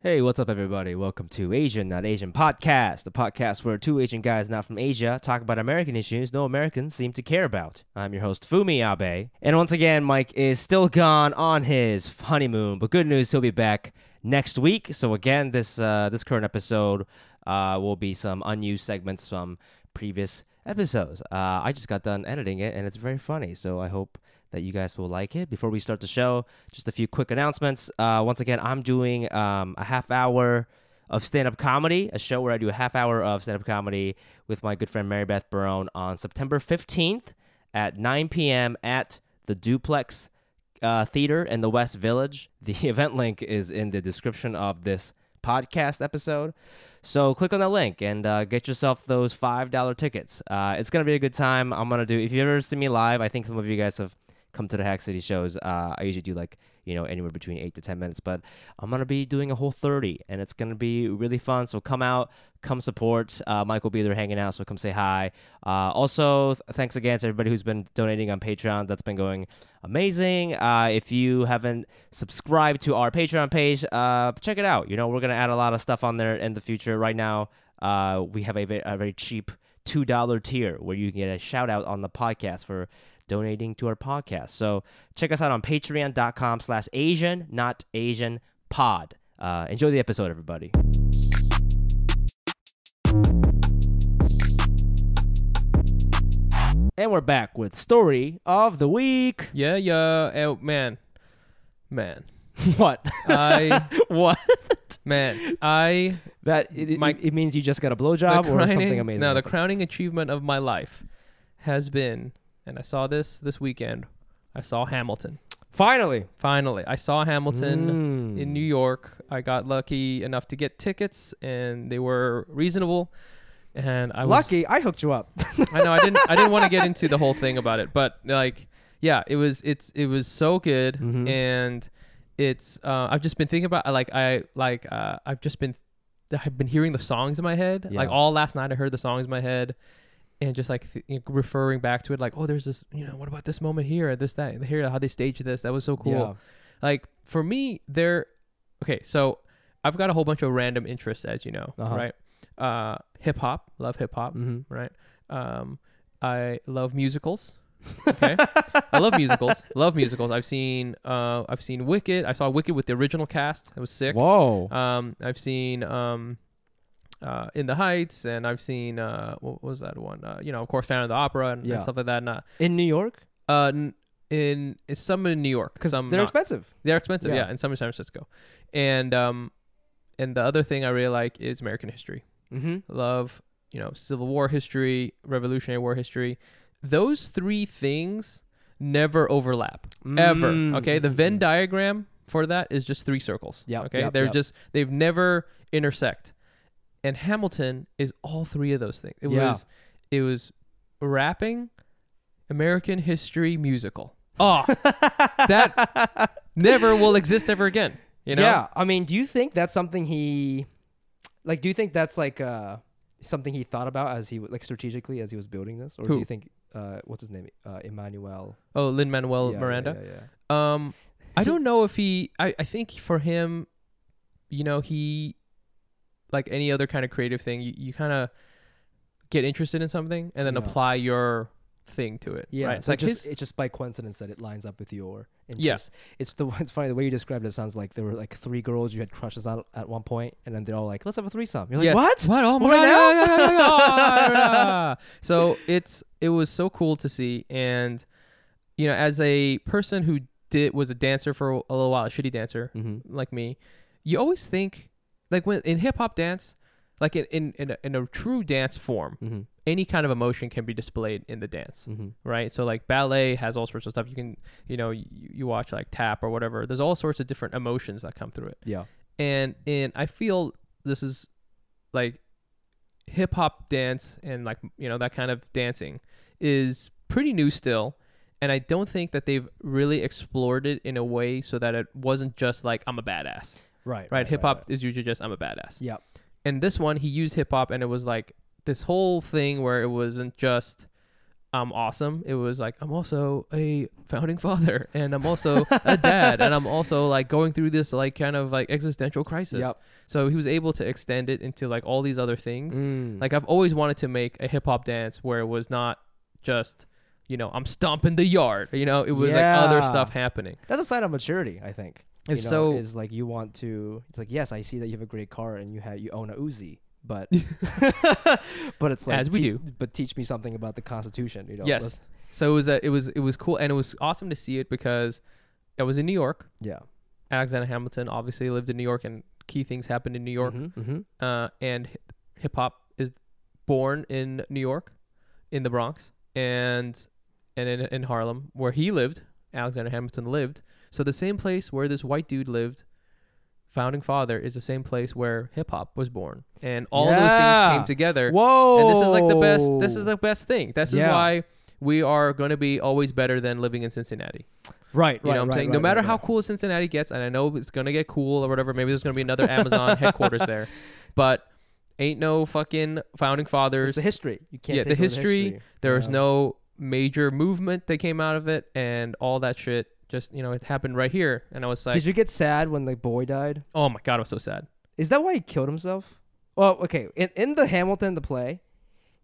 Hey, what's up, everybody? Welcome to Asian Not Asian Podcast, the podcast where two Asian guys not from Asia talk about American issues no Americans seem to care about. I'm your host, Fumi Abe. And once again, Mike is still gone on his honeymoon, but good news, he'll be back next week. So, again, this, uh, this current episode uh, will be some unused segments from previous episodes. Uh, I just got done editing it, and it's very funny. So I hope that you guys will like it. Before we start the show, just a few quick announcements. Uh, once again, I'm doing um, a half hour of stand up comedy, a show where I do a half hour of stand up comedy with my good friend Mary Beth Barone on September 15th at 9 p.m. at the Duplex uh, Theater in the West Village. The event link is in the description of this podcast episode. So click on that link and uh, get yourself those $5 tickets. Uh, it's going to be a good time. I'm going to do, if you ever see me live, I think some of you guys have come to the Hack City shows. Uh, I usually do like, you know, anywhere between eight to 10 minutes, but I'm going to be doing a whole 30 and it's going to be really fun. So come out, come support. Uh, Mike will be there hanging out, so come say hi. Uh, also, th- thanks again to everybody who's been donating on Patreon. That's been going amazing. Uh, if you haven't subscribed to our Patreon page, uh, check it out. You know, we're going to add a lot of stuff on there in the future. Right now, uh, we have a, ve- a very cheap $2 tier where you can get a shout out on the podcast for donating to our podcast. So check us out on patreon.com slash Asian, not Asian pod. Uh, enjoy the episode, everybody. And we're back with story of the week. Yeah, yeah. Oh, man. Man. What? I, what? man. I, That it, it- Mike- it means you just got a the blowjob or crowning- something amazing. No, the crowning achievement of my life has been, and I saw this this weekend, I saw Hamilton. Finally, Mm. Finally, I saw Mm. Hamilton in Hmm. New York. I got lucky enough to get tickets, and they were reasonable. And I was lucky I hooked you up. I know I didn't I didn't want to get into the whole thing about it, but like yeah, it was it's it was so good Mm-hmm. and it's uh, I've just been thinking about like I like uh, I've just been I've been hearing the songs in my head. Like Yeah. all last night I heard the songs in my head and just like th- you know, referring back to it like oh there's this you know what about this moment here this that here how they staged this that was so cool. Yeah. Like for me there okay, so I've got a whole bunch of random interests as you know, Uh-huh. right? Uh hip hop, love hip hop Mhm. right? Um, I love musicals. Okay, I love musicals. Love musicals. I've seen uh, I've seen Wicked. I saw Wicked with the original cast. That was sick. Whoa. Um, I've seen um, uh, In the Heights, and I've seen uh, what was that one? Uh, you know, of course, Phantom of the Opera and, and Yeah. stuff like that. And, uh, In New York? uh, n- in it's some in New York, Because some they're not. expensive. They're expensive, Yeah. yeah. and some in San Francisco, and um, and the other thing I really like is American history Mm-hmm. love, you know, Civil War history, Revolutionary War history. Those three things never overlap ever. Mm. Okay, the Venn diagram for that is just three circles. Yep, okay, yep, they're yep. just they've never intersect. And Hamilton is all three of those things. It Yeah. was it was rapping, American history musical. Oh, Ah. that never will exist ever again. You know? Yeah, I mean, do you think that's something he, like, do you think that's like uh something he thought about as he w- like strategically as he was building this, or Who? do you think uh what's his name, uh, Emmanuel Oh, Lin Manuel Yeah, yeah, Miranda. Yeah, yeah. Um, I He- don't know if he. I, I think for him, you know, he like any other kind of creative thing, you, you kind of get interested in something and then Yeah. apply your thing to it. Yeah, right? so like it just his, it's just by coincidence that it lines up with your Yeah. interests. It's the it's funny the way you described it sounds like there were like three girls you had crushes on at one point, and then they're all like, "Let's have a threesome." You're like, Yes. "What? What? Oh my god! Right now? yeah, yeah, yeah, yeah, yeah. so it's it was so cool to see, and you know, as a person who did was a dancer for a little while, a shitty dancer, Mm-hmm. like me, you always think like when in hip hop dance, like in in in a, in a true dance form, Mm-hmm. any kind of emotion can be displayed in the dance, Mm-hmm. right? So like ballet has all sorts of stuff. You can you know you, you watch like tap or whatever. There's all sorts of different emotions that come through it, Yeah, and and I feel this is like hip hop dance and like you know that kind of dancing is pretty new still and I don't think that they've really explored it in a way so that it wasn't just like I'm a badass. Right. Right? hip hop is usually just I'm a badass. Yep. And this one he used hip hop and it was like this whole thing where it wasn't just I'm awesome. It was like I'm also a founding father and I'm also a dad and I'm also like going through this like kind of like existential crisis. Yep. So he was able to extend it into like all these other things. Mm. Like I've always wanted to make a hip hop dance where it was not just, you know, I'm stomping the yard. You know, it was like other Yeah. stuff happening. That's a sign of maturity, I think. If you know, so- is like you want to. It's like yes, I see that you have a great car and you have you own a Uzi, but but it's like As we tea- do. But teach me something about the Constitution, you know? yes. let's- So it was a, it was it was cool and it was awesome to see it because I was in New York. Yeah. Alexander Hamilton obviously lived in New York and key things happened in New York. Mm-hmm. Uh, and hip hop is born in New York, in the Bronx, and and in, in Harlem where he lived. Alexander Hamilton lived. So the same place where this white dude lived, founding father, is the same place where hip hop was born, and all those Yeah. things came together. Whoa. And this is like the best. This is the best thing. This is Oh. Yeah. why we are going to be always better than living in Cincinnati. Right. You know what I'm saying? no matter how cool Cincinnati gets, and I know it's gonna get cool or whatever, maybe there's gonna be another Amazon headquarters there. But ain't no fucking founding fathers. It's the history. You can't. yeah, the take away history, there was Yeah. no major movement that came out of it and all that shit just you know, it happened right here and I was like Did you get sad when the boy died? Oh my god, I was so sad. Is that why he killed himself? Well, okay. In, in the Hamilton, the play,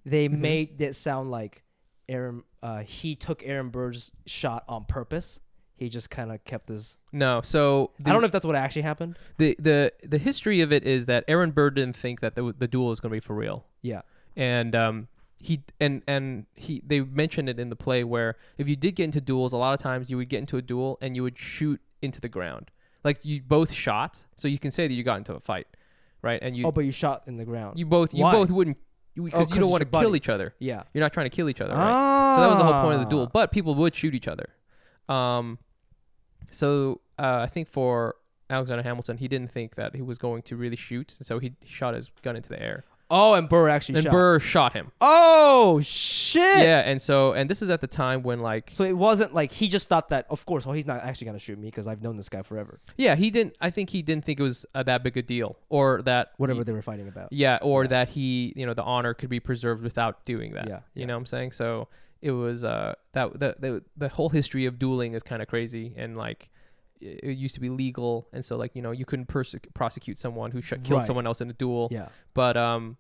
they Mm-hmm. made it sound like Aaron. Uh, he took Aaron Burr's shot on purpose. He just kind of kept his. No, so the, I don't know if that's what actually happened. the, the the history of it is that Aaron Burr didn't think that the the duel was gonna be for real. Yeah. and um, he and and he they mentioned it in the play where if you did get into duels, a lot of times you would get into a duel and you would shoot into the ground, like you both shot, so you can say that you got into a fight, right? And you Oh, but you shot in the ground. you both you Why? Oh, both wouldn't because 'cause you don't it's want your to buddy. kill each other. yeah. Ah. You're not trying to kill each other, right? So that was the whole point of the duel. But people would shoot each other. Um, so uh, I think for Alexander Hamilton, he didn't think that he was going to really shoot, so he shot his gun into the air. Oh, and Burr actually And shot. Burr shot him. oh shit! yeah and so and this is at the time when like So it wasn't like he just thought that. Of course, oh, he's not actually gonna shoot me because I've known this guy forever. yeah he didn't i think he didn't think it was uh, that big a deal or that Whatever they were fighting about. yeah or that he you know the honor could be preserved without doing that Yeah, you yeah. know what i'm saying so it was uh that the the, the whole history of dueling is kind of crazy and like it it used to be legal and so like you know you couldn't perse- prosecute someone who sh- killed Right. someone else in a duel Yeah. but um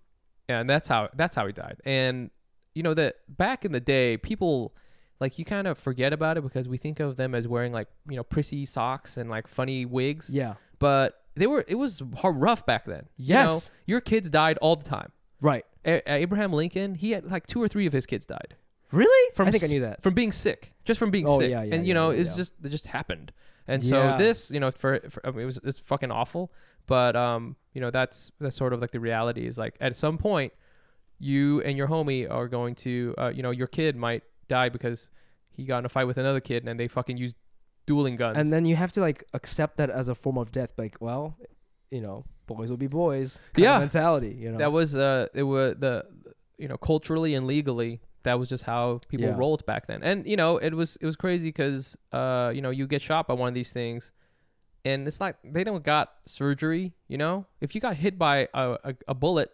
yeah, and that's how that's how he died and you know that back in the day people like you kind of forget about it because we think of them as wearing like you know prissy socks and like funny wigs Yeah. but they were it was hard, rough back then You know, Yes. your kids died all the time Right. A- abraham lincoln he had like two or three of his kids died Really? From I think I s- knew that. from being sick, just from being Oh, sick. yeah, yeah, and you yeah, know, yeah, it's yeah. just it just happened. And Yeah. so this, you know, for, for I mean, it was it's fucking awful. But um, you know, that's that's sort of like the reality is like at some point, you and your homie are going to, uh, you know, your kid might die because he got in a fight with another kid and they fucking used dueling guns. and then you have to like accept that as a form of death like well you know boys will be boys kind Yeah. of mentality you know that was uh, it was the, you know, culturally and legally. That was just how people Yeah. rolled back then, and you know it was it was crazy because uh you know you get shot by one of these things, and it's like they don't got surgery. You know, if you got hit by a, a, a bullet,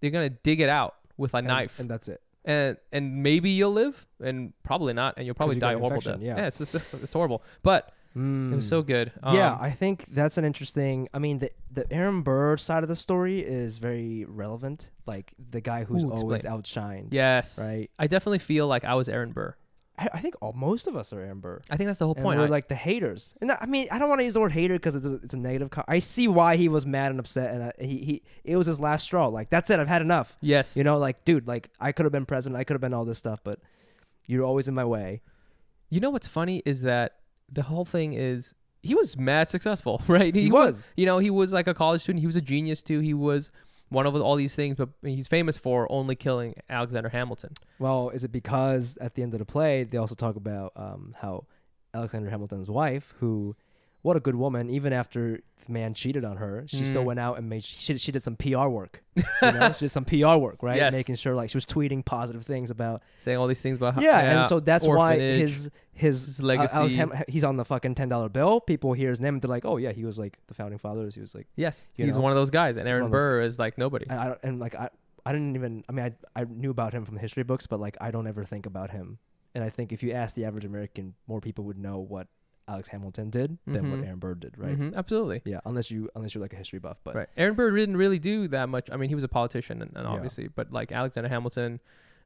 they're gonna dig it out with a and, knife, and that's it and and maybe you'll live, and probably not, and you'll probably you die got a horrible infection, death. yeah. Hmm. Yeah, it's just it's, it's horrible, but it was so good. Um, Mm. yeah i think that's an interesting i mean the the aaron burr side of the story is very relevant like the guy who's Ooh, always explain. outshined yes, Right. I definitely feel like I was Aaron Burr. I, I think all, most of us are aaron burr I think that's the whole and point. we're I- like the haters, and that- I mean, I don't want to use the word hater because it's a, it's a negative. Co- I see why he was mad and upset, and I, he he it was his last straw. Like that's it, I've had enough. yes, You know, like, dude, like I could have been president, I could have been all this stuff, but you're always in my way. You know what's funny is that the whole thing is he was mad successful, right? He was. You know, he was like a college student. He was a genius too. He was one of all these things, but he's famous for only killing Alexander Hamilton. Well, is it because at the end of the play they also talk about um, how Alexander Hamilton's wife, who what a good woman. Even after the man cheated on her, she still Mm. went out and made she, she did some PR work. You know? she did some PR work, right? Yes. Making sure like she was tweeting positive things about saying all these things about how, yeah, and so that's why orphanage. his his, his uh, I was legacy. him- he's on the fucking ten dollar bill. People hear his name, they're like, oh yeah, he was like the founding fathers. He was like, yes, you he's know, one of those guys, and he's Aaron one of those- Burr is like nobody. and, I, don't- and like I I didn't even I mean I I knew about him from the history books, but like I don't ever think about him. And I think if you ask the average American, more people would know what Alex Hamilton did than Mhm. what Aaron Burr did, right? Mhm, absolutely. Yeah, unless you unless you're like a history buff, but right. Aaron Burr didn't really do that much. I mean, he was a politician, and, and Yeah. obviously, but like Alexander Hamilton,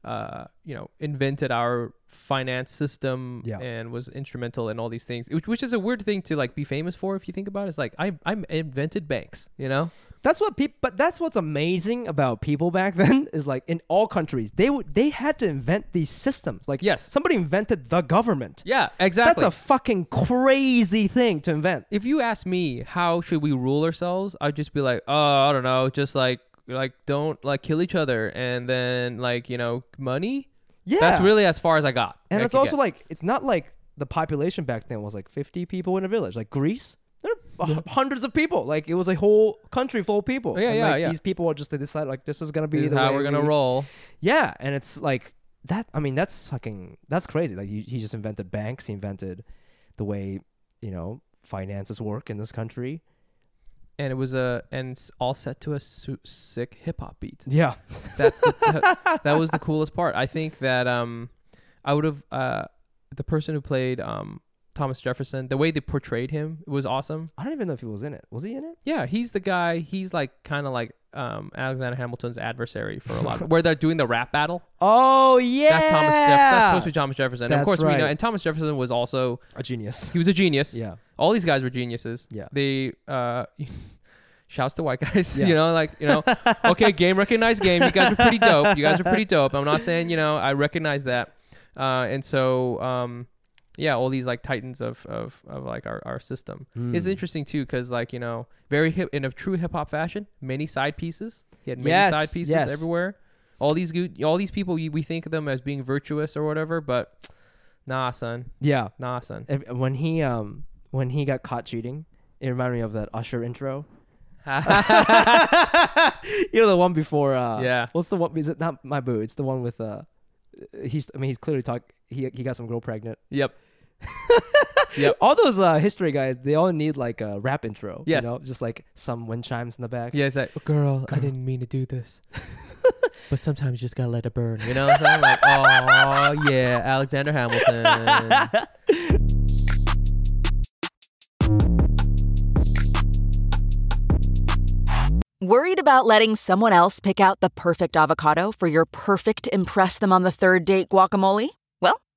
uh, you know, invented our finance system Yeah. and was instrumental in all these things, which, which is a weird thing to like be famous for if you think about it. It's like I I invented banks, you know. That's what people. But that's what's amazing about people back then is like in all countries they would they had to invent these systems. Like Yes. somebody invented the government. Yeah, exactly. That's a fucking crazy thing to invent. if you ask me how should we rule ourselves i'd just be like oh i don't know just like like don't like kill each other and then like you know money Yeah, that's really as far as i got And I it's could also get. like it's not like the population back then was like 50 people in a village. Like Greece, there are h- hundreds of people. Like it was a whole country full of people. Yeah, And, yeah, like, yeah. These people are just they decide like this is gonna be This is the how way we're gonna we- roll Yeah, and it's like that. I mean, that's fucking that's crazy. Like you, he just invented banks. He invented the way you know finances work in this country. and it was a and it's all set to a su- sick hip-hop beat Yeah, that's the, that, that was the coolest part i think that um i would have uh the person who played um thomas jefferson the way they portrayed him was awesome I don't even know if he was in it. Was he in it? Yeah, he's the guy. He's like kind of like um, Alexander Hamilton's adversary for a lot, of, where they're doing the rap battle. Oh yeah, That's Thomas. Jeff- that's supposed to be Thomas Jefferson. of That's course, we know. right. And Thomas Jefferson was also a genius. he was a genius. Yeah, All these guys were geniuses. Yeah. They uh, shouts to white guys. Yeah. You know, like you know, okay, game recognized game. You guys are pretty dope. You guys are pretty dope. I'm not saying you know I recognize that. Uh, and so um, yeah, all these like titans of of, of like our, our system. Hmm. It's interesting too, because like you know, very hip in a true hip hop fashion. Many side pieces. He had many Yes, side pieces yes. everywhere. All these good, all these people we, we think of them as being virtuous or whatever, but nah, son, Yeah, nah, son. If- when he um when he got caught cheating, it reminded me of that Usher intro. you know the one before. Uh, Yeah. What's the one? Is it not my boo? It's the one with uh, he's. I mean, he's clearly talk. He he got some girl pregnant. yep. all those uh, history guys, they all need like a rap intro. Yes. You know, just like some wind chimes in the back. Yeah, it's like, girl, I didn't mean to do this, but sometimes you just gotta let it burn. You know what I'm saying? Like, oh yeah, Alexander Hamilton. Worried about letting someone else pick out the perfect avocado for your perfect Impress Them on the Third Date guacamole? Well,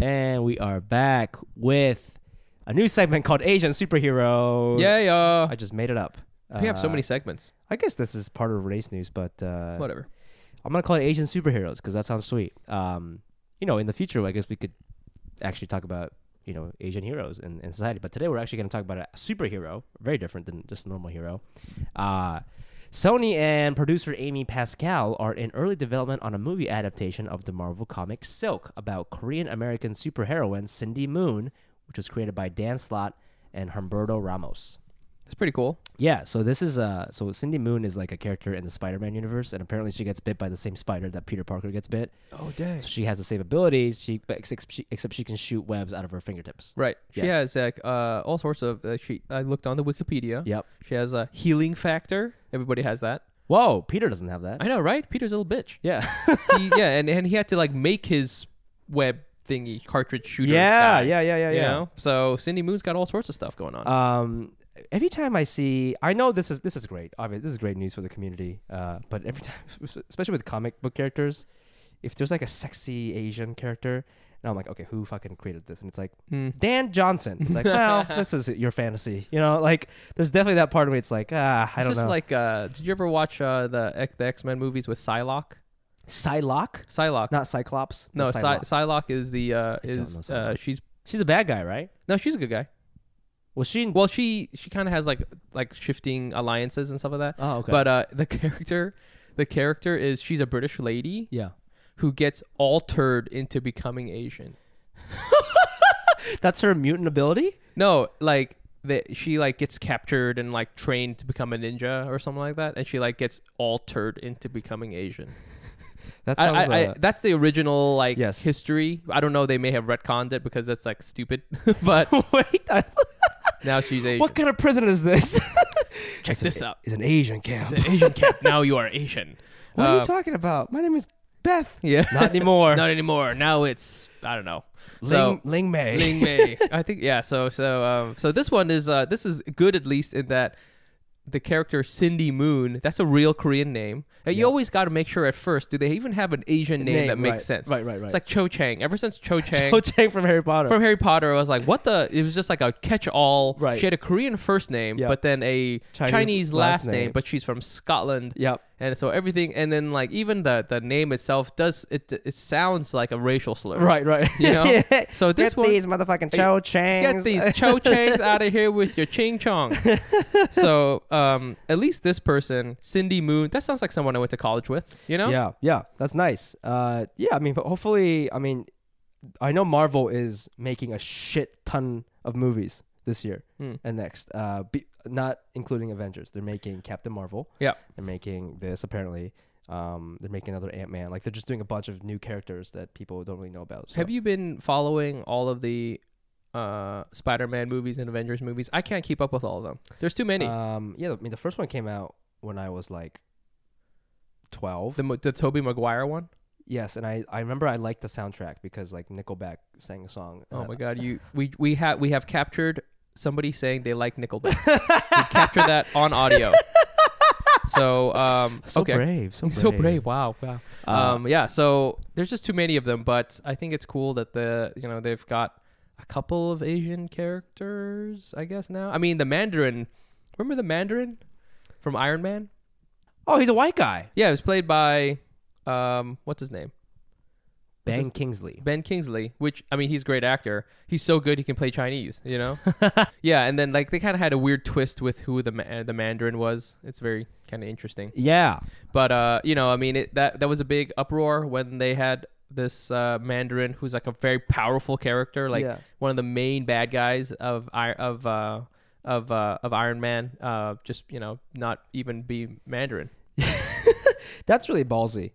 And we are back with A new segment called Asian Superhero. yeah, yeah. I just made it up. We have so Uh, many segments. I guess this is part of race news, but uh, Whatever. I'm gonna call it Asian superheroes because that sounds sweet. Um, you know, in the future, I guess we could actually talk about you know Asian heroes in, in society. But today, we're actually gonna talk about a superhero, very different than just a normal hero. Uh, Sony and producer Amy Pascal are in early development on a movie adaptation of the Marvel comic Silk about Korean American superheroine Cindy Moon, which was created by Dan Slott and Humberto Ramos. It's pretty cool. Yeah, so this is uh so Cindy Moon is like a character in the Spider-Man universe and apparently she gets bit by the same spider that Peter Parker gets bit. Oh dang! So she has the same abilities, she but except she, except she can shoot webs out of her fingertips. Right. She Yes. has like uh, all sorts of. Uh, she I looked on the Wikipedia. Yep. She has a healing factor. Everybody has that. Whoa, Peter doesn't have that. I know, right? Peter's a little bitch. yeah. he, yeah, and, and he had to like make his web thingy cartridge shooter. yeah, guy, yeah, yeah, yeah, You yeah. know, so Cindy Moon's got all sorts of stuff going on. Um, every time I see, I know this is this is great. Obviously, this is great news for the community. Uh, but every time, especially with comic book characters, if there's like a sexy Asian character, and I'm like, okay, who fucking created this? And it's like Hmm. Dan Johnson. It's like, well, this is your fantasy. You know, like there's definitely that part of me. It's like, ah, I it's don't just know. like, uh, did you ever watch uh, the X- the X Men movies with Psylocke? Psylocke, Psylocke. not Cyclops. no, but Psy- Psylocke. Psylocke. is the uh, don't know is uh, Psylocke. she's She's a bad guy, right? no, she's a good guy. Well, she. Well, she she kind of has like like shifting alliances and stuff like that. Oh, okay. But uh, the character, the character is she's a British lady yeah, who gets altered into becoming Asian. that's her mutant ability. No, like that she like gets captured and like trained to become a ninja or something like that, and she like gets altered into becoming Asian. That I, sounds. I, I, uh, that's the original like Yes. history. I don't know. They may have retconned it because that's like stupid. but wait, I- now she's Asian. what kind of prison is this? Check this out. It's an Asian camp. Asian camp. Now you are Asian. What are Uh, you talking about? My name is Beth. Yeah. Not anymore. Not anymore. Now it's I don't know. Ling, So Ling Mei. Ling Mei. I think yeah. So so um so this one is uh this is good at least in that the character Cindy Moon. That's a real Korean name. Uh, You always got to make sure at first. Do they even have an Asian name, Name, that makes right. sense? Right, right, right. It's like Cho Chang. Ever since Cho Chang. Cho Chang from Harry Potter. from Harry Potter, I was like, "What the?" It was just like a catch-all. Right. She had a Korean first name, Yeah. but then a Chinese Chinese, last last name, name. But she's from Scotland. Yep. And so everything, and then like even the the name itself does it it sounds like a racial slur. right, right. You know? So this Get one- these motherfucking Cho Chang. Get these Cho Changs out of here with your Ching Chong. so um, at least this person, Cindy Moon, that sounds like someone I went to college with. You know? Yeah, yeah. That's nice. Uh, yeah, I mean, but hopefully, I mean, I know Marvel is making a shit ton of movies this year Hmm. and next. Uh, be, not including Avengers. They're making Captain Marvel. Yeah. They're making this apparently. Um, they're making another Ant Man. Like they're just doing a bunch of new characters that people don't really know about. So. Have you been following all of the uh, Spider-Man movies and Avengers movies? I can't keep up with all of them. There's too many. Um, yeah, I mean the first one came out when I was like twelve. the Mo- the Toby Maguire one. yes, and I, I remember I liked the soundtrack because like Nickelback sang a song. Uh, Oh and my I- God! You we we have we have captured somebody saying they like Nickelback. we captured that on audio. So um So okay. brave, so brave. So brave! Wow, wow. um, yeah. So there's just too many of them, but I think it's cool that the you know they've got a couple of Asian characters, I guess now. I mean, the Mandarin. Remember the Mandarin from Iron Man? Oh, he's a white guy. Yeah, it was played by um, what's his name? Ben Kingsley. Ben Kingsley, which I mean, he's a great actor. He's so good he can play Chinese, you know. yeah, and then like they kind of had a weird twist with who the ma- the Mandarin was. It's very kind of interesting. Yeah. But uh, you know, I mean, it, that that was a big uproar when they had this uh, Mandarin who's like a very powerful character, like Yeah. one of the main bad guys of I- of uh, of uh, of Iron Man. Uh, just you know, not even be Mandarin. That's really ballsy.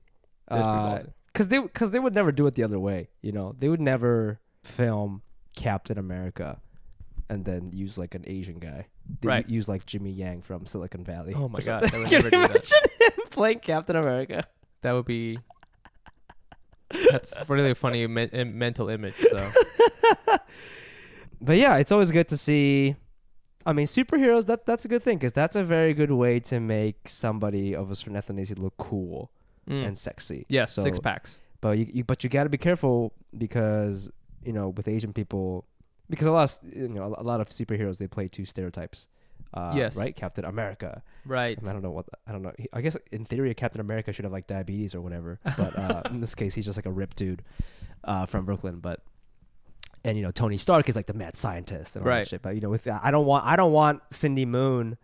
That's pretty ballsy. Because they, cause they would never do it the other way. You know, they would never film Captain America and then use like an Asian guy. They Right. use like Jimmy Yang from Silicon Valley. Oh my god, I would Can never you do that. imagine him playing Captain America? That would be. That's really a funny me- im- mental image. So But yeah, it's always good to see. I mean, superheroes. That that's a good thing because that's a very good way to make somebody of a certain ethnicity look cool and sexy. yes, So- Mm. six packs. But you, you but you got to be careful because you know with Asian people because a lot of, s- you know a lot of superheroes they play two stereotypes. Uh, Yes. Right, Captain America. Right. And I don't know what I don't know. He- I guess in theory, Captain America should have like diabetes or whatever. But uh, in this case, he's just like a ripped dude uh, from Brooklyn. But and you know Tony Stark is like the mad scientist and all Right. that shit. But you know, with I don't want I don't want Cindy Moon,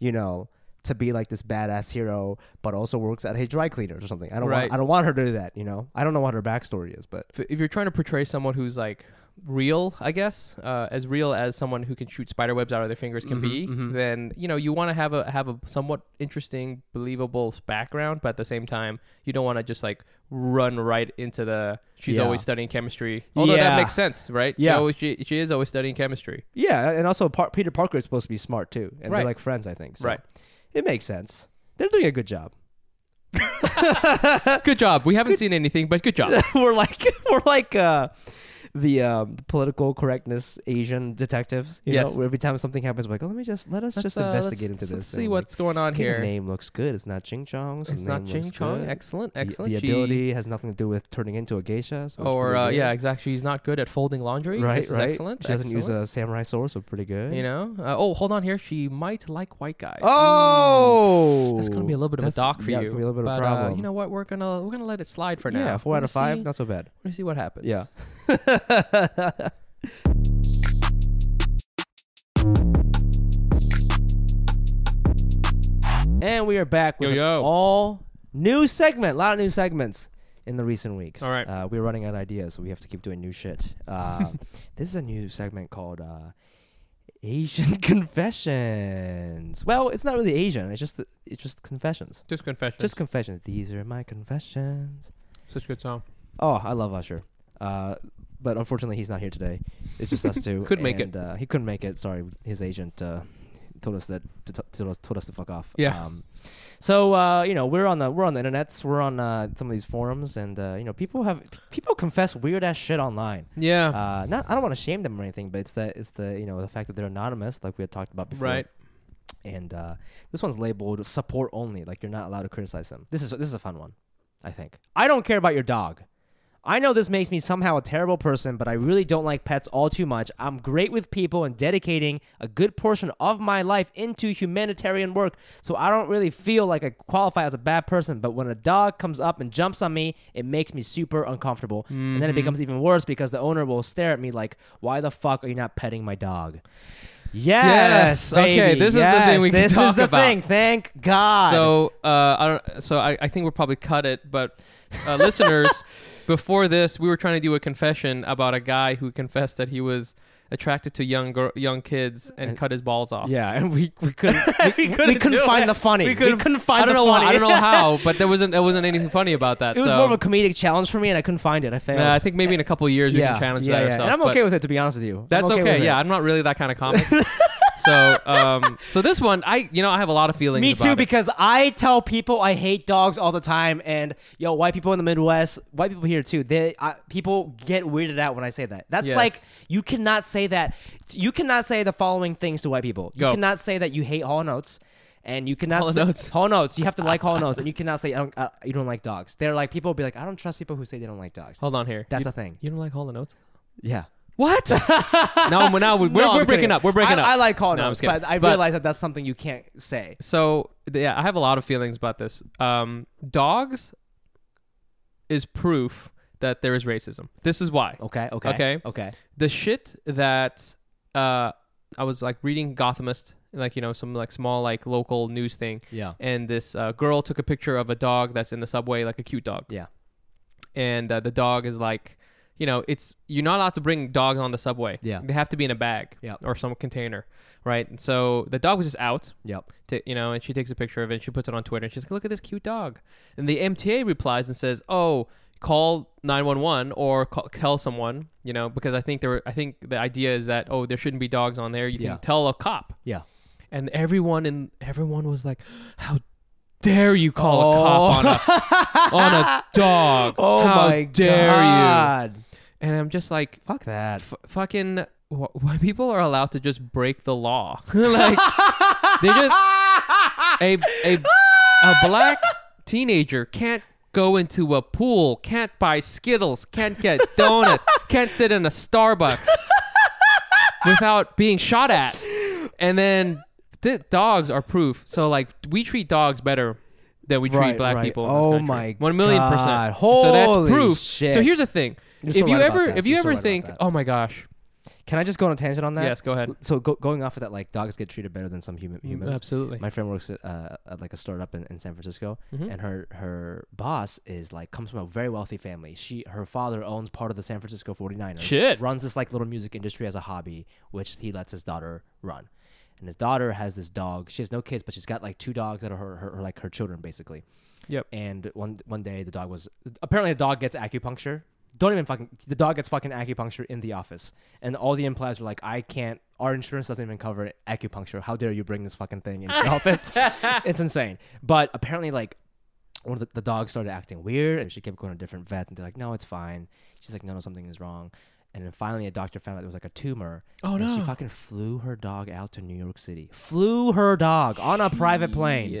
you know, to be like this badass hero, but also works at a dry cleaners or something. I don't Right. want I don't want her to do that. You know, I don't know what her backstory is, but If, if you're trying to portray someone who's like real, I guess, uh, as real as someone who can shoot spider webs out of their fingers Mm-hmm, can be, then you know you want to have a have a somewhat interesting, believable s- background, but at the same time, you don't want to just like run right into the. She's Yeah. always studying chemistry, although Yeah. that makes sense, right? She Yeah. Uh, always- she, she is always studying chemistry. Yeah, and also Par- Peter Parker is supposed to be smart too, and Right. they're like friends, I think. So Right. It makes sense. They're doing a good job. Good job. We haven't seen anything, but good job. we're like we're like uh, the um, political correctness Asian detectives. You Yes. know, where every time something happens, we're like, oh, let me just let us just uh, investigate let's- into let's this. see and what's going on like, okay, here. The name looks good. It's not Ching Chong. So It's the not name Ching looks Chong. good. Excellent, The- excellent. The, She- ability has nothing to do with turning into a geisha. So it's Or pretty uh, good. yeah, exactly. She's not good at folding laundry. Right, This is right. excellent. She doesn't excellent. use a samurai sword, so pretty good. You know? Uh, oh, hold on here. She might like white guys. Mm. Oh, That's gonna be a little bit of a That's- dock for yeah, you. it's gonna be a little bit of but, a Uh, problem. you know what? We're gonna we're gonna let it slide for now. Yeah, four out Wanna of five, see- not so bad. Wanna see what happens? Yeah. And we are back with Yo, an yo. all new segment, a lot of new segments in the recent weeks. All right. uh, we're running out of ideas, so we have to keep doing new shit. Uh, this is a new segment called uh, Asian Confessions. Well, it's not really Asian. It's just it's just confessions. Just confession. Just confessions. These are my confessions. such a good song. Oh, I love Usher. Uh, but unfortunately, he's not here today. It's just us two. Couldn't make it. and, Uh, he couldn't make it. Sorry, his agent uh, told us that to t- told us told us to fuck off. Yeah. Um, so uh, you know we're on the we're on the internets. We're on uh, some of these forums, and uh, you know people have people confess weird ass shit online. Yeah. Uh, not I don't want to shame them or anything, but it's that it's the you know the fact that they're anonymous, like we had talked about before. right. And uh, this one's labeled support only. Like you're not allowed to criticize them. This is this is a fun one, I think. I don't care about your dog. I know this makes me somehow a terrible person, but I really don't like pets all too much. I'm great with people and dedicating a good portion of my life into humanitarian work, so I don't really feel like I qualify as a bad person. But when a dog comes up and jumps on me, it makes me super uncomfortable. And Mm-hmm. then it becomes even worse because the owner will stare at me like, Why the fuck are you not petting my dog? Yes, Yes. okay, baby, this is the yes, thing we can This talk is the about. thing. Thank God. So uh, I don't. So I, I think we'll probably cut it. But uh, listeners, before this, we were trying to do a confession about a guy who confessed that he was attracted to young girl, young kids and, cut his balls off. yeah, and we we couldn't we, we couldn't, do find it. the funny. We couldn't, find I don't know. the funny. I don't know how, but there wasn't there wasn't anything funny about that. it was so. more of a comedic challenge for me, and I couldn't find it. I failed. Nah, I think maybe in a couple of years we yeah, can challenge yeah, that yeah. ourselves. And I'm but okay with it, to be honest with you. That's I'm okay. with yeah, it. I'm not really that kind of comic. so, um, so this one, I you know, I have a lot of feelings. Me about too, it. because I tell people I hate dogs all the time, and yo, white people in the Midwest, white people here too. They I, people get weirded out when I say that. That's Yes. like you cannot say that. You cannot say the following things to white people. You Go. cannot say that you hate Hall Notes, and you cannot Hall & say, Oates. Hall & Oates. You have to like Hall Notes, and you cannot say I don't, uh, you don't like dogs. They're like people will be like I don't trust people who say they don't like dogs. hold on here. That's you, a thing. You don't like Hall and Oates? Yeah. What? no, we're- now we're, No, we're, I'm we're breaking kidding. up. We're breaking I- up. I like Hall No, I'm Notes, just kidding. but I realize that that's something you can't say. So yeah, I have a lot of feelings about this. Um, dogs is proof that there is racism. This is why. Okay. Okay. Okay. Okay. the shit that uh I was like reading Gothamist, like you know some like small like local news thing. Yeah. And this uh, girl took a picture of a dog that's in the subway, like a cute dog. Yeah. And uh, the dog is like, you know, it's you're not allowed to bring dogs on the subway. Yeah. They have to be in a bag. Yep. Or some container, right? And so the dog was just out Yep. to, you know, and she takes a picture of it and she puts it on Twitter and she's like, look at this cute dog. And the MTA replies and says, oh, call 911 or call, tell someone, you know, because I think there were, I think the idea is that, oh, there shouldn't be dogs on there. You Yeah. can tell a cop. Yeah. And everyone in everyone was like, how dare you call a cop on a, on a dog? Oh how my dare you? god! And I'm just like, Fuck that. f- fucking wh- why people are allowed to just break the law like they just a, a a black teenager can't go into a pool can't buy skittles can't get donuts can't sit in a starbucks without being shot at and then th- dogs are proof so like we treat dogs better than we treat Right, black right. people in this Oh country. my one million percent God. so that's Holy proof shit. so here's the thing You're if so you right about ever that. if you You're ever so right about think that. oh my gosh Can I just go on a tangent on that? Yes, go ahead. Mm, So go, going off of that, like dogs get treated better than some human humans. Absolutely. My friend works at, uh, at like a startup in, in San Francisco, Mhm. and her her boss is like comes from a very wealthy family. She her father owns part of the San Francisco 49ers. Shit. Runs this like little music industry as a hobby, which he lets his daughter run. And his daughter has this dog. She has no kids, but she's got like two dogs that are her, her, her like her children basically. Yep. And one one day the dog was apparently the dog gets acupuncture. Don't even fucking the dog gets fucking acupuncture in the office, and all the employees are like, "I can't. Our insurance doesn't even cover acupuncture. How dare you bring this fucking thing into the office? It's insane." But apparently, like one of the, the dogs started acting weird and she kept going to different vets and they're like no it's fine she's like no no something is wrong and then finally a doctor found out there was like a tumor Oh, and she no. fucking flew her dog out to new york city flew her dog on a private plane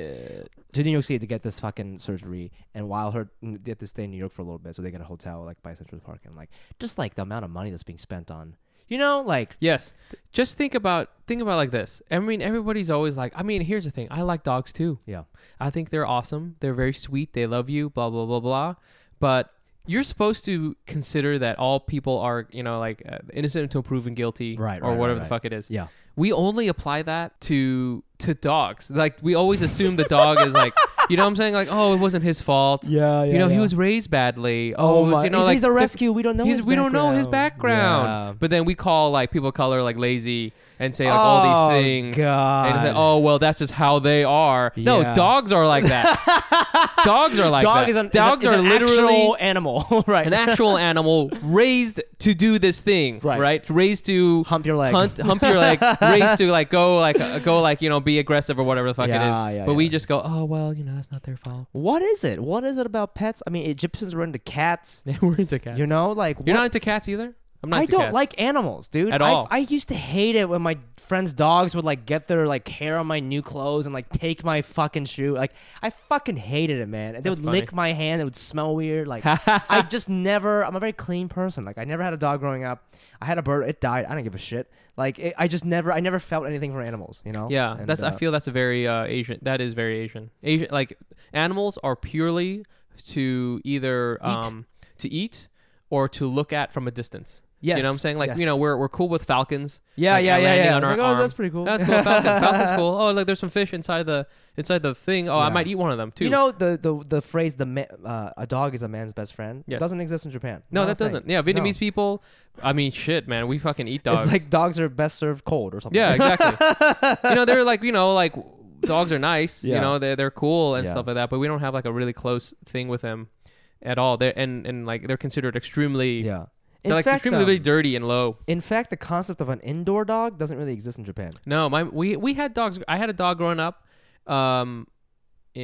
to new york city to get this fucking surgery and while her they had to stay in new york for a little bit so they got a hotel like by central park and like just like the amount of money that's being spent on you know like Yes. Just think about think about it like this. I mean, everybody's always like, I mean, here's the thing. I like dogs too. yeah I think they're awesome. They're very sweet. They love you. Blah blah blah blah. But you're supposed to consider that all people are, you know, like uh, innocent until proven guilty, Right, or right, whatever right, the right. fuck it is. Yeah. We only apply that to to dogs. Like we always assume the dog is like, you know, what I'm saying like, oh, it wasn't his fault. Yeah, You yeah, know, he yeah. was raised badly. Oh, it was, my- you know, he's- like he's a this- rescue. We don't know his we don't know his background. background. Yeah. But then we call like people of color like lazy and say like all Oh, these things. And it's God. like, oh well, that's just how they are. Yeah. No, dogs are like that. dogs are like dog that. is an, dogs is a- are is an literally actual animal right an actual animal raised to do this thing, Right. right? Raised to Hump your leg. hunt, hump your leg, raised to like go like uh, go like you know be aggressive or whatever the fuck Yeah, it is. yeah, but we yeah. just go, oh well, you know that's not their fault. What is it? What is it about pets? I mean, Egyptians were into cats. We're into cats. You know, like you're what- not into cats either. I'm not. I into don't cats. like animals, dude. At I've- all. I used to hate it when my friends' dogs would like get their like hair on my new clothes and like take my fucking shoe. Like I fucking hated it, man. And they That's would funny. lick my hand. It would smell weird. Like I just never. I'm a very clean person. Like I never had a dog growing up. I had a bird. It died. I don't give a shit. Like it, I just never. I never felt anything for animals. You know. Yeah, And, that's. I uh, feel that's a very uh, Asian. That is very Asian. Asian like animals are purely to either um to eat or to look at from a distance. you Yes, know what I'm saying. Like yes. you know we're we're cool with falcons. Yeah, like, yeah, uh, yeah, landing yeah. on It's our like, oh, arm. that's pretty cool. That's cool. Falcon. Falcon's cool. Oh, look, there's some fish inside the inside the thing. Oh, I Yeah. might eat one of them too. You know the the the phrase the ma- uh, a dog is a man's best friend Yes. doesn't exist in Japan. no, Not a that thing. doesn't. Yeah, No. Vietnamese people. I mean, shit, man, we fucking eat dogs. It's like dogs are best served cold or something. Yeah, exactly. you know, they're like, you know, like dogs are nice. Yeah. You know, they're they're cool and Yeah. stuff like that. But we don't have like a really close thing with them at all. They're and and like they're considered extremely yeah. they're In like fact, extremely um, dirty and low. in fact, the concept of an indoor dog doesn't really exist in Japan. No, my we we had dogs. I had a dog growing up, um,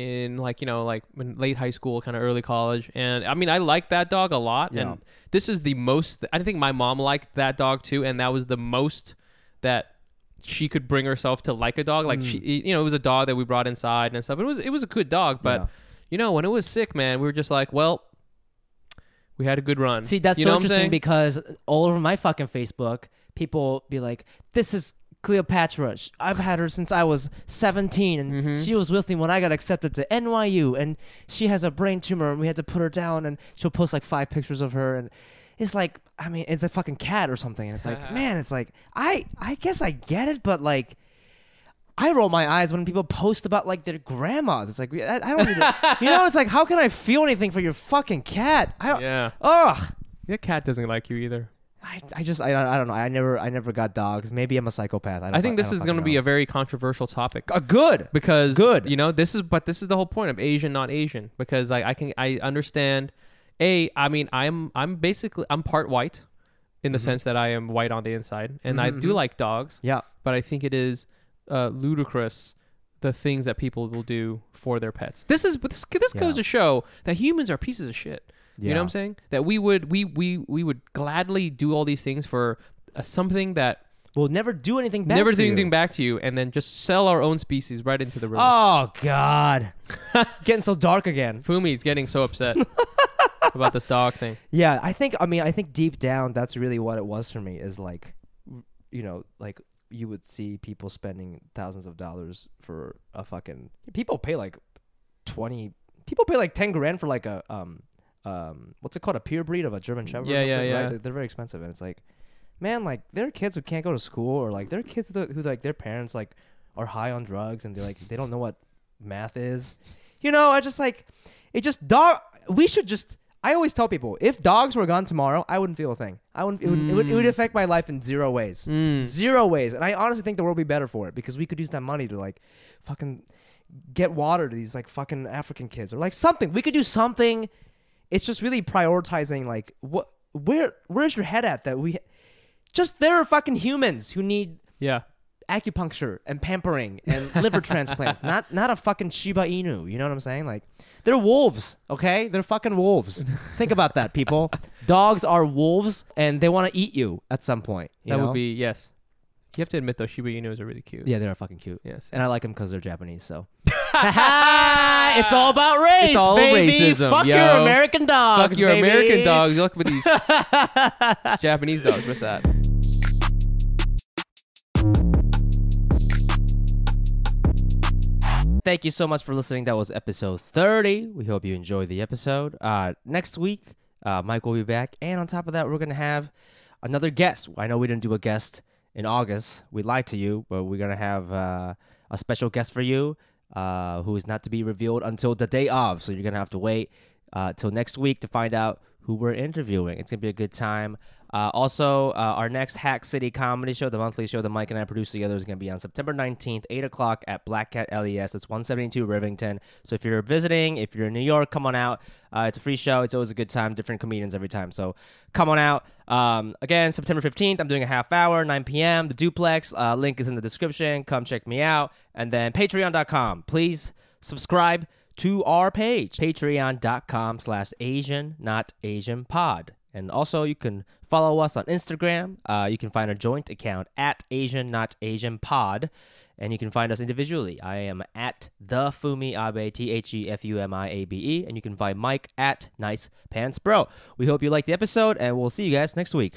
in like you know like when late high school, kind of early college, and I mean I liked that dog a lot. Yeah. And this is the most. I think my mom liked that dog too, and that was the most that she could bring herself to like a dog. Like she, Mm. you know, it was a dog that we brought inside and stuff. It was it was a good dog, but Yeah. you know when it was sick, man, we were just like, well. We had a good run. See, that's you so know what I'm interesting saying? because all over my fucking Facebook, people be like, "This is Cleopatra. Sh- I've had her since I was 17, and Mm-hmm. she was with me when I got accepted to NYU, and she has a brain tumor, and we had to put her down, and she'll post like five pictures of her, and it's like, I mean, it's a fucking cat or something, and it's like, man, it's like, I, I guess I get it, but like. I roll my eyes when people post about like their grandmas. It's like I, I don't, need to, you know. It's like how can I feel anything for your fucking cat? I don't, Yeah. Ugh. Your cat doesn't like you either. I, I just I, don't- I don't know. I never I never got dogs. Maybe I'm a psychopath. I, don't I think fu- this don't is going to fucking be know. a very controversial topic. a good. because Good. you know this is but this is the whole point of asian not asian because like i can i understand a i mean i'm i'm basically i'm part white in the sense that i am white on the inside and i do like dogs Mm-hmm. Yeah. but i think it is uh, ludicrous the things that people will do for their pets this is but this, this goes Yeah. to show that humans are pieces of shit you know Yeah. what i'm saying that we would we we we would gladly do all these things for uh, something that We'll never do anything bad. never for do you. anything back to you and then just sell our own species right into the river Oh God. Getting so dark again. Fumi's getting so upset about this dog thing. Yeah. I think I mean I think deep down that's really what it was for me is like, you know, like you would see people spending thousands of dollars for a fucking people pay like twenty people pay like ten grand for like a um um what's it called a pure breed of a German Shepherd. or Yeah, yeah, something, right? yeah. They're- They're very expensive and it's like. man, like there are kids who can't go to school, or like there are kids who, who like their parents like are high on drugs and they like they don't know what math is. You know, I just like it. Just dog. We should just. I always tell people if dogs were gone tomorrow, I wouldn't feel a thing. I wouldn't. It would, it would, it would Mm. affect my life in zero ways. Zero ways. And I honestly think the world would be better for it because we could use that money to like fucking get water to these like fucking African kids or like something. We could do something. It's just really prioritizing like what where where's your head at that we just there are fucking humans who need Yeah. acupuncture and pampering and liver transplants. Not not a fucking Shiba Inu. You know what I'm saying? Like they're wolves, okay? They're fucking wolves. Think about that, people. Dogs are wolves and they want to eat you at some point. you That know? would be yes. You have to admit though, Shiba Inus are really cute. yeah, they're fucking cute. Yes. And I like them because they're Japanese. So it's all about race, It's all baby. racism, Fuck your yo. American dogs. Fuck your baby. American dogs. Look with these It's Japanese dogs. What's that? Thank you so much for listening. That was episode 30. We hope you enjoyed the episode. Uh, next week, uh, Mike will be back. And on top of that, we're going to have another guest. I know we didn't do a guest in August. We lied to you, but we're going to have uh, a special guest for you uh, who is not to be revealed until the day of. So you're going to have to wait uh, till next week to find out who we're interviewing. It's going to be a good time. Uh, also, uh, our next Hack City comedy show, the monthly show that Mike and I produce together, is going to be on September 19th, 8 o'clock at Black Cat E LES. It's 172 Rivington. So if you're visiting, if you're in New York, come on out. Uh, it's a free show. It's always a good time. Different comedians every time. So come on out. Um, again, September 15th, I'm doing a half hour, 9 p.m. The duplex. Uh, link is in the description. Come check me out. And then patreon.com. Please subscribe to our page patreon.com slash asian not asian pod and also you can follow us on instagram uh, you can find our joint account at asian not asian pod and you can find us individually i am at the fumi abe E t-h-e-f-u-m-i-a-b-e and you can find mike at nice pants bro we hope you liked the episode and we'll see you guys next week